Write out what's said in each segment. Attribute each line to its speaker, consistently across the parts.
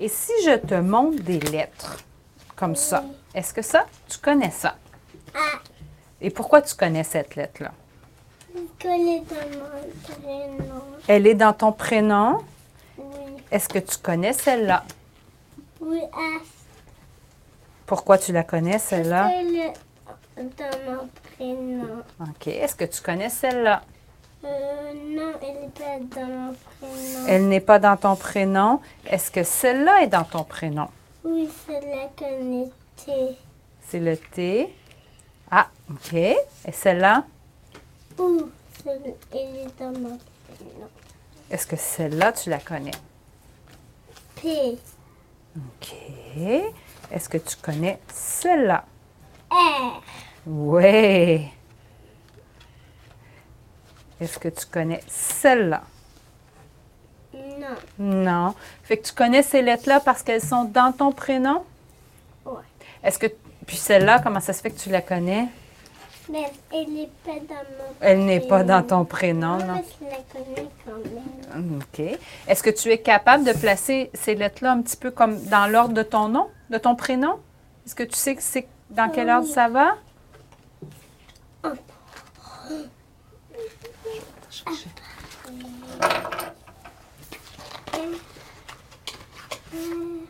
Speaker 1: Et si je te montre des lettres comme ça, est-ce que ça, tu connais ça? Ah. Et pourquoi tu connais cette lettre-là?
Speaker 2: Nicolas dans mon prénom.
Speaker 1: Elle est dans ton prénom.
Speaker 2: Oui.
Speaker 1: Est-ce que tu connais celle-là?
Speaker 2: Oui, ah,
Speaker 1: Pourquoi tu la connais, celle-là?
Speaker 2: Nicolas dans mon prénom.
Speaker 1: OK. Est-ce que tu connais celle-là?
Speaker 2: Euh, non, elle est pas dans mon prénom.
Speaker 1: Elle n'est pas dans ton prénom. Est-ce que celle-là est dans ton prénom?
Speaker 2: Oui, c'est la connectée.
Speaker 1: C'est le T. Ah, OK. Et celle-là?
Speaker 2: Ouh, c'est- elle est dans mon prénom.
Speaker 1: Est-ce que celle-là, tu la connais?
Speaker 2: P,
Speaker 1: OK. Est-ce que tu connais celle-là?
Speaker 2: R,
Speaker 1: Ouais. Est-ce que tu connais celle-là?
Speaker 2: non.
Speaker 1: Non. Fait que tu connais ces lettres-là parce qu'elles sont dans ton prénom?
Speaker 2: Ouais.
Speaker 1: Est-ce que. Puis celle-là, comment ça se fait que tu la connais?
Speaker 2: Mais elle est pas dans mon
Speaker 1: Elle n'est pas dans
Speaker 2: prénom.
Speaker 1: ton prénom, non?
Speaker 2: mais je la connais quand même.
Speaker 1: OK. Est-ce que tu es capable de placer ces lettres-là un petit peu comme dans l'ordre de ton nom, de ton prénom? Est-ce que tu sais que c'est dans quel ordre ça va?
Speaker 2: Hum,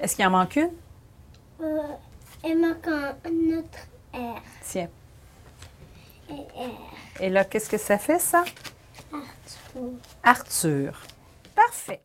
Speaker 1: Est-ce qu'il en manque une?
Speaker 2: euh, il manque un un autre R.
Speaker 1: Tiens.
Speaker 2: Et R,
Speaker 1: Et là, qu'est-ce que ça fait, ça?
Speaker 2: Arthur.
Speaker 1: Arthur. Parfait.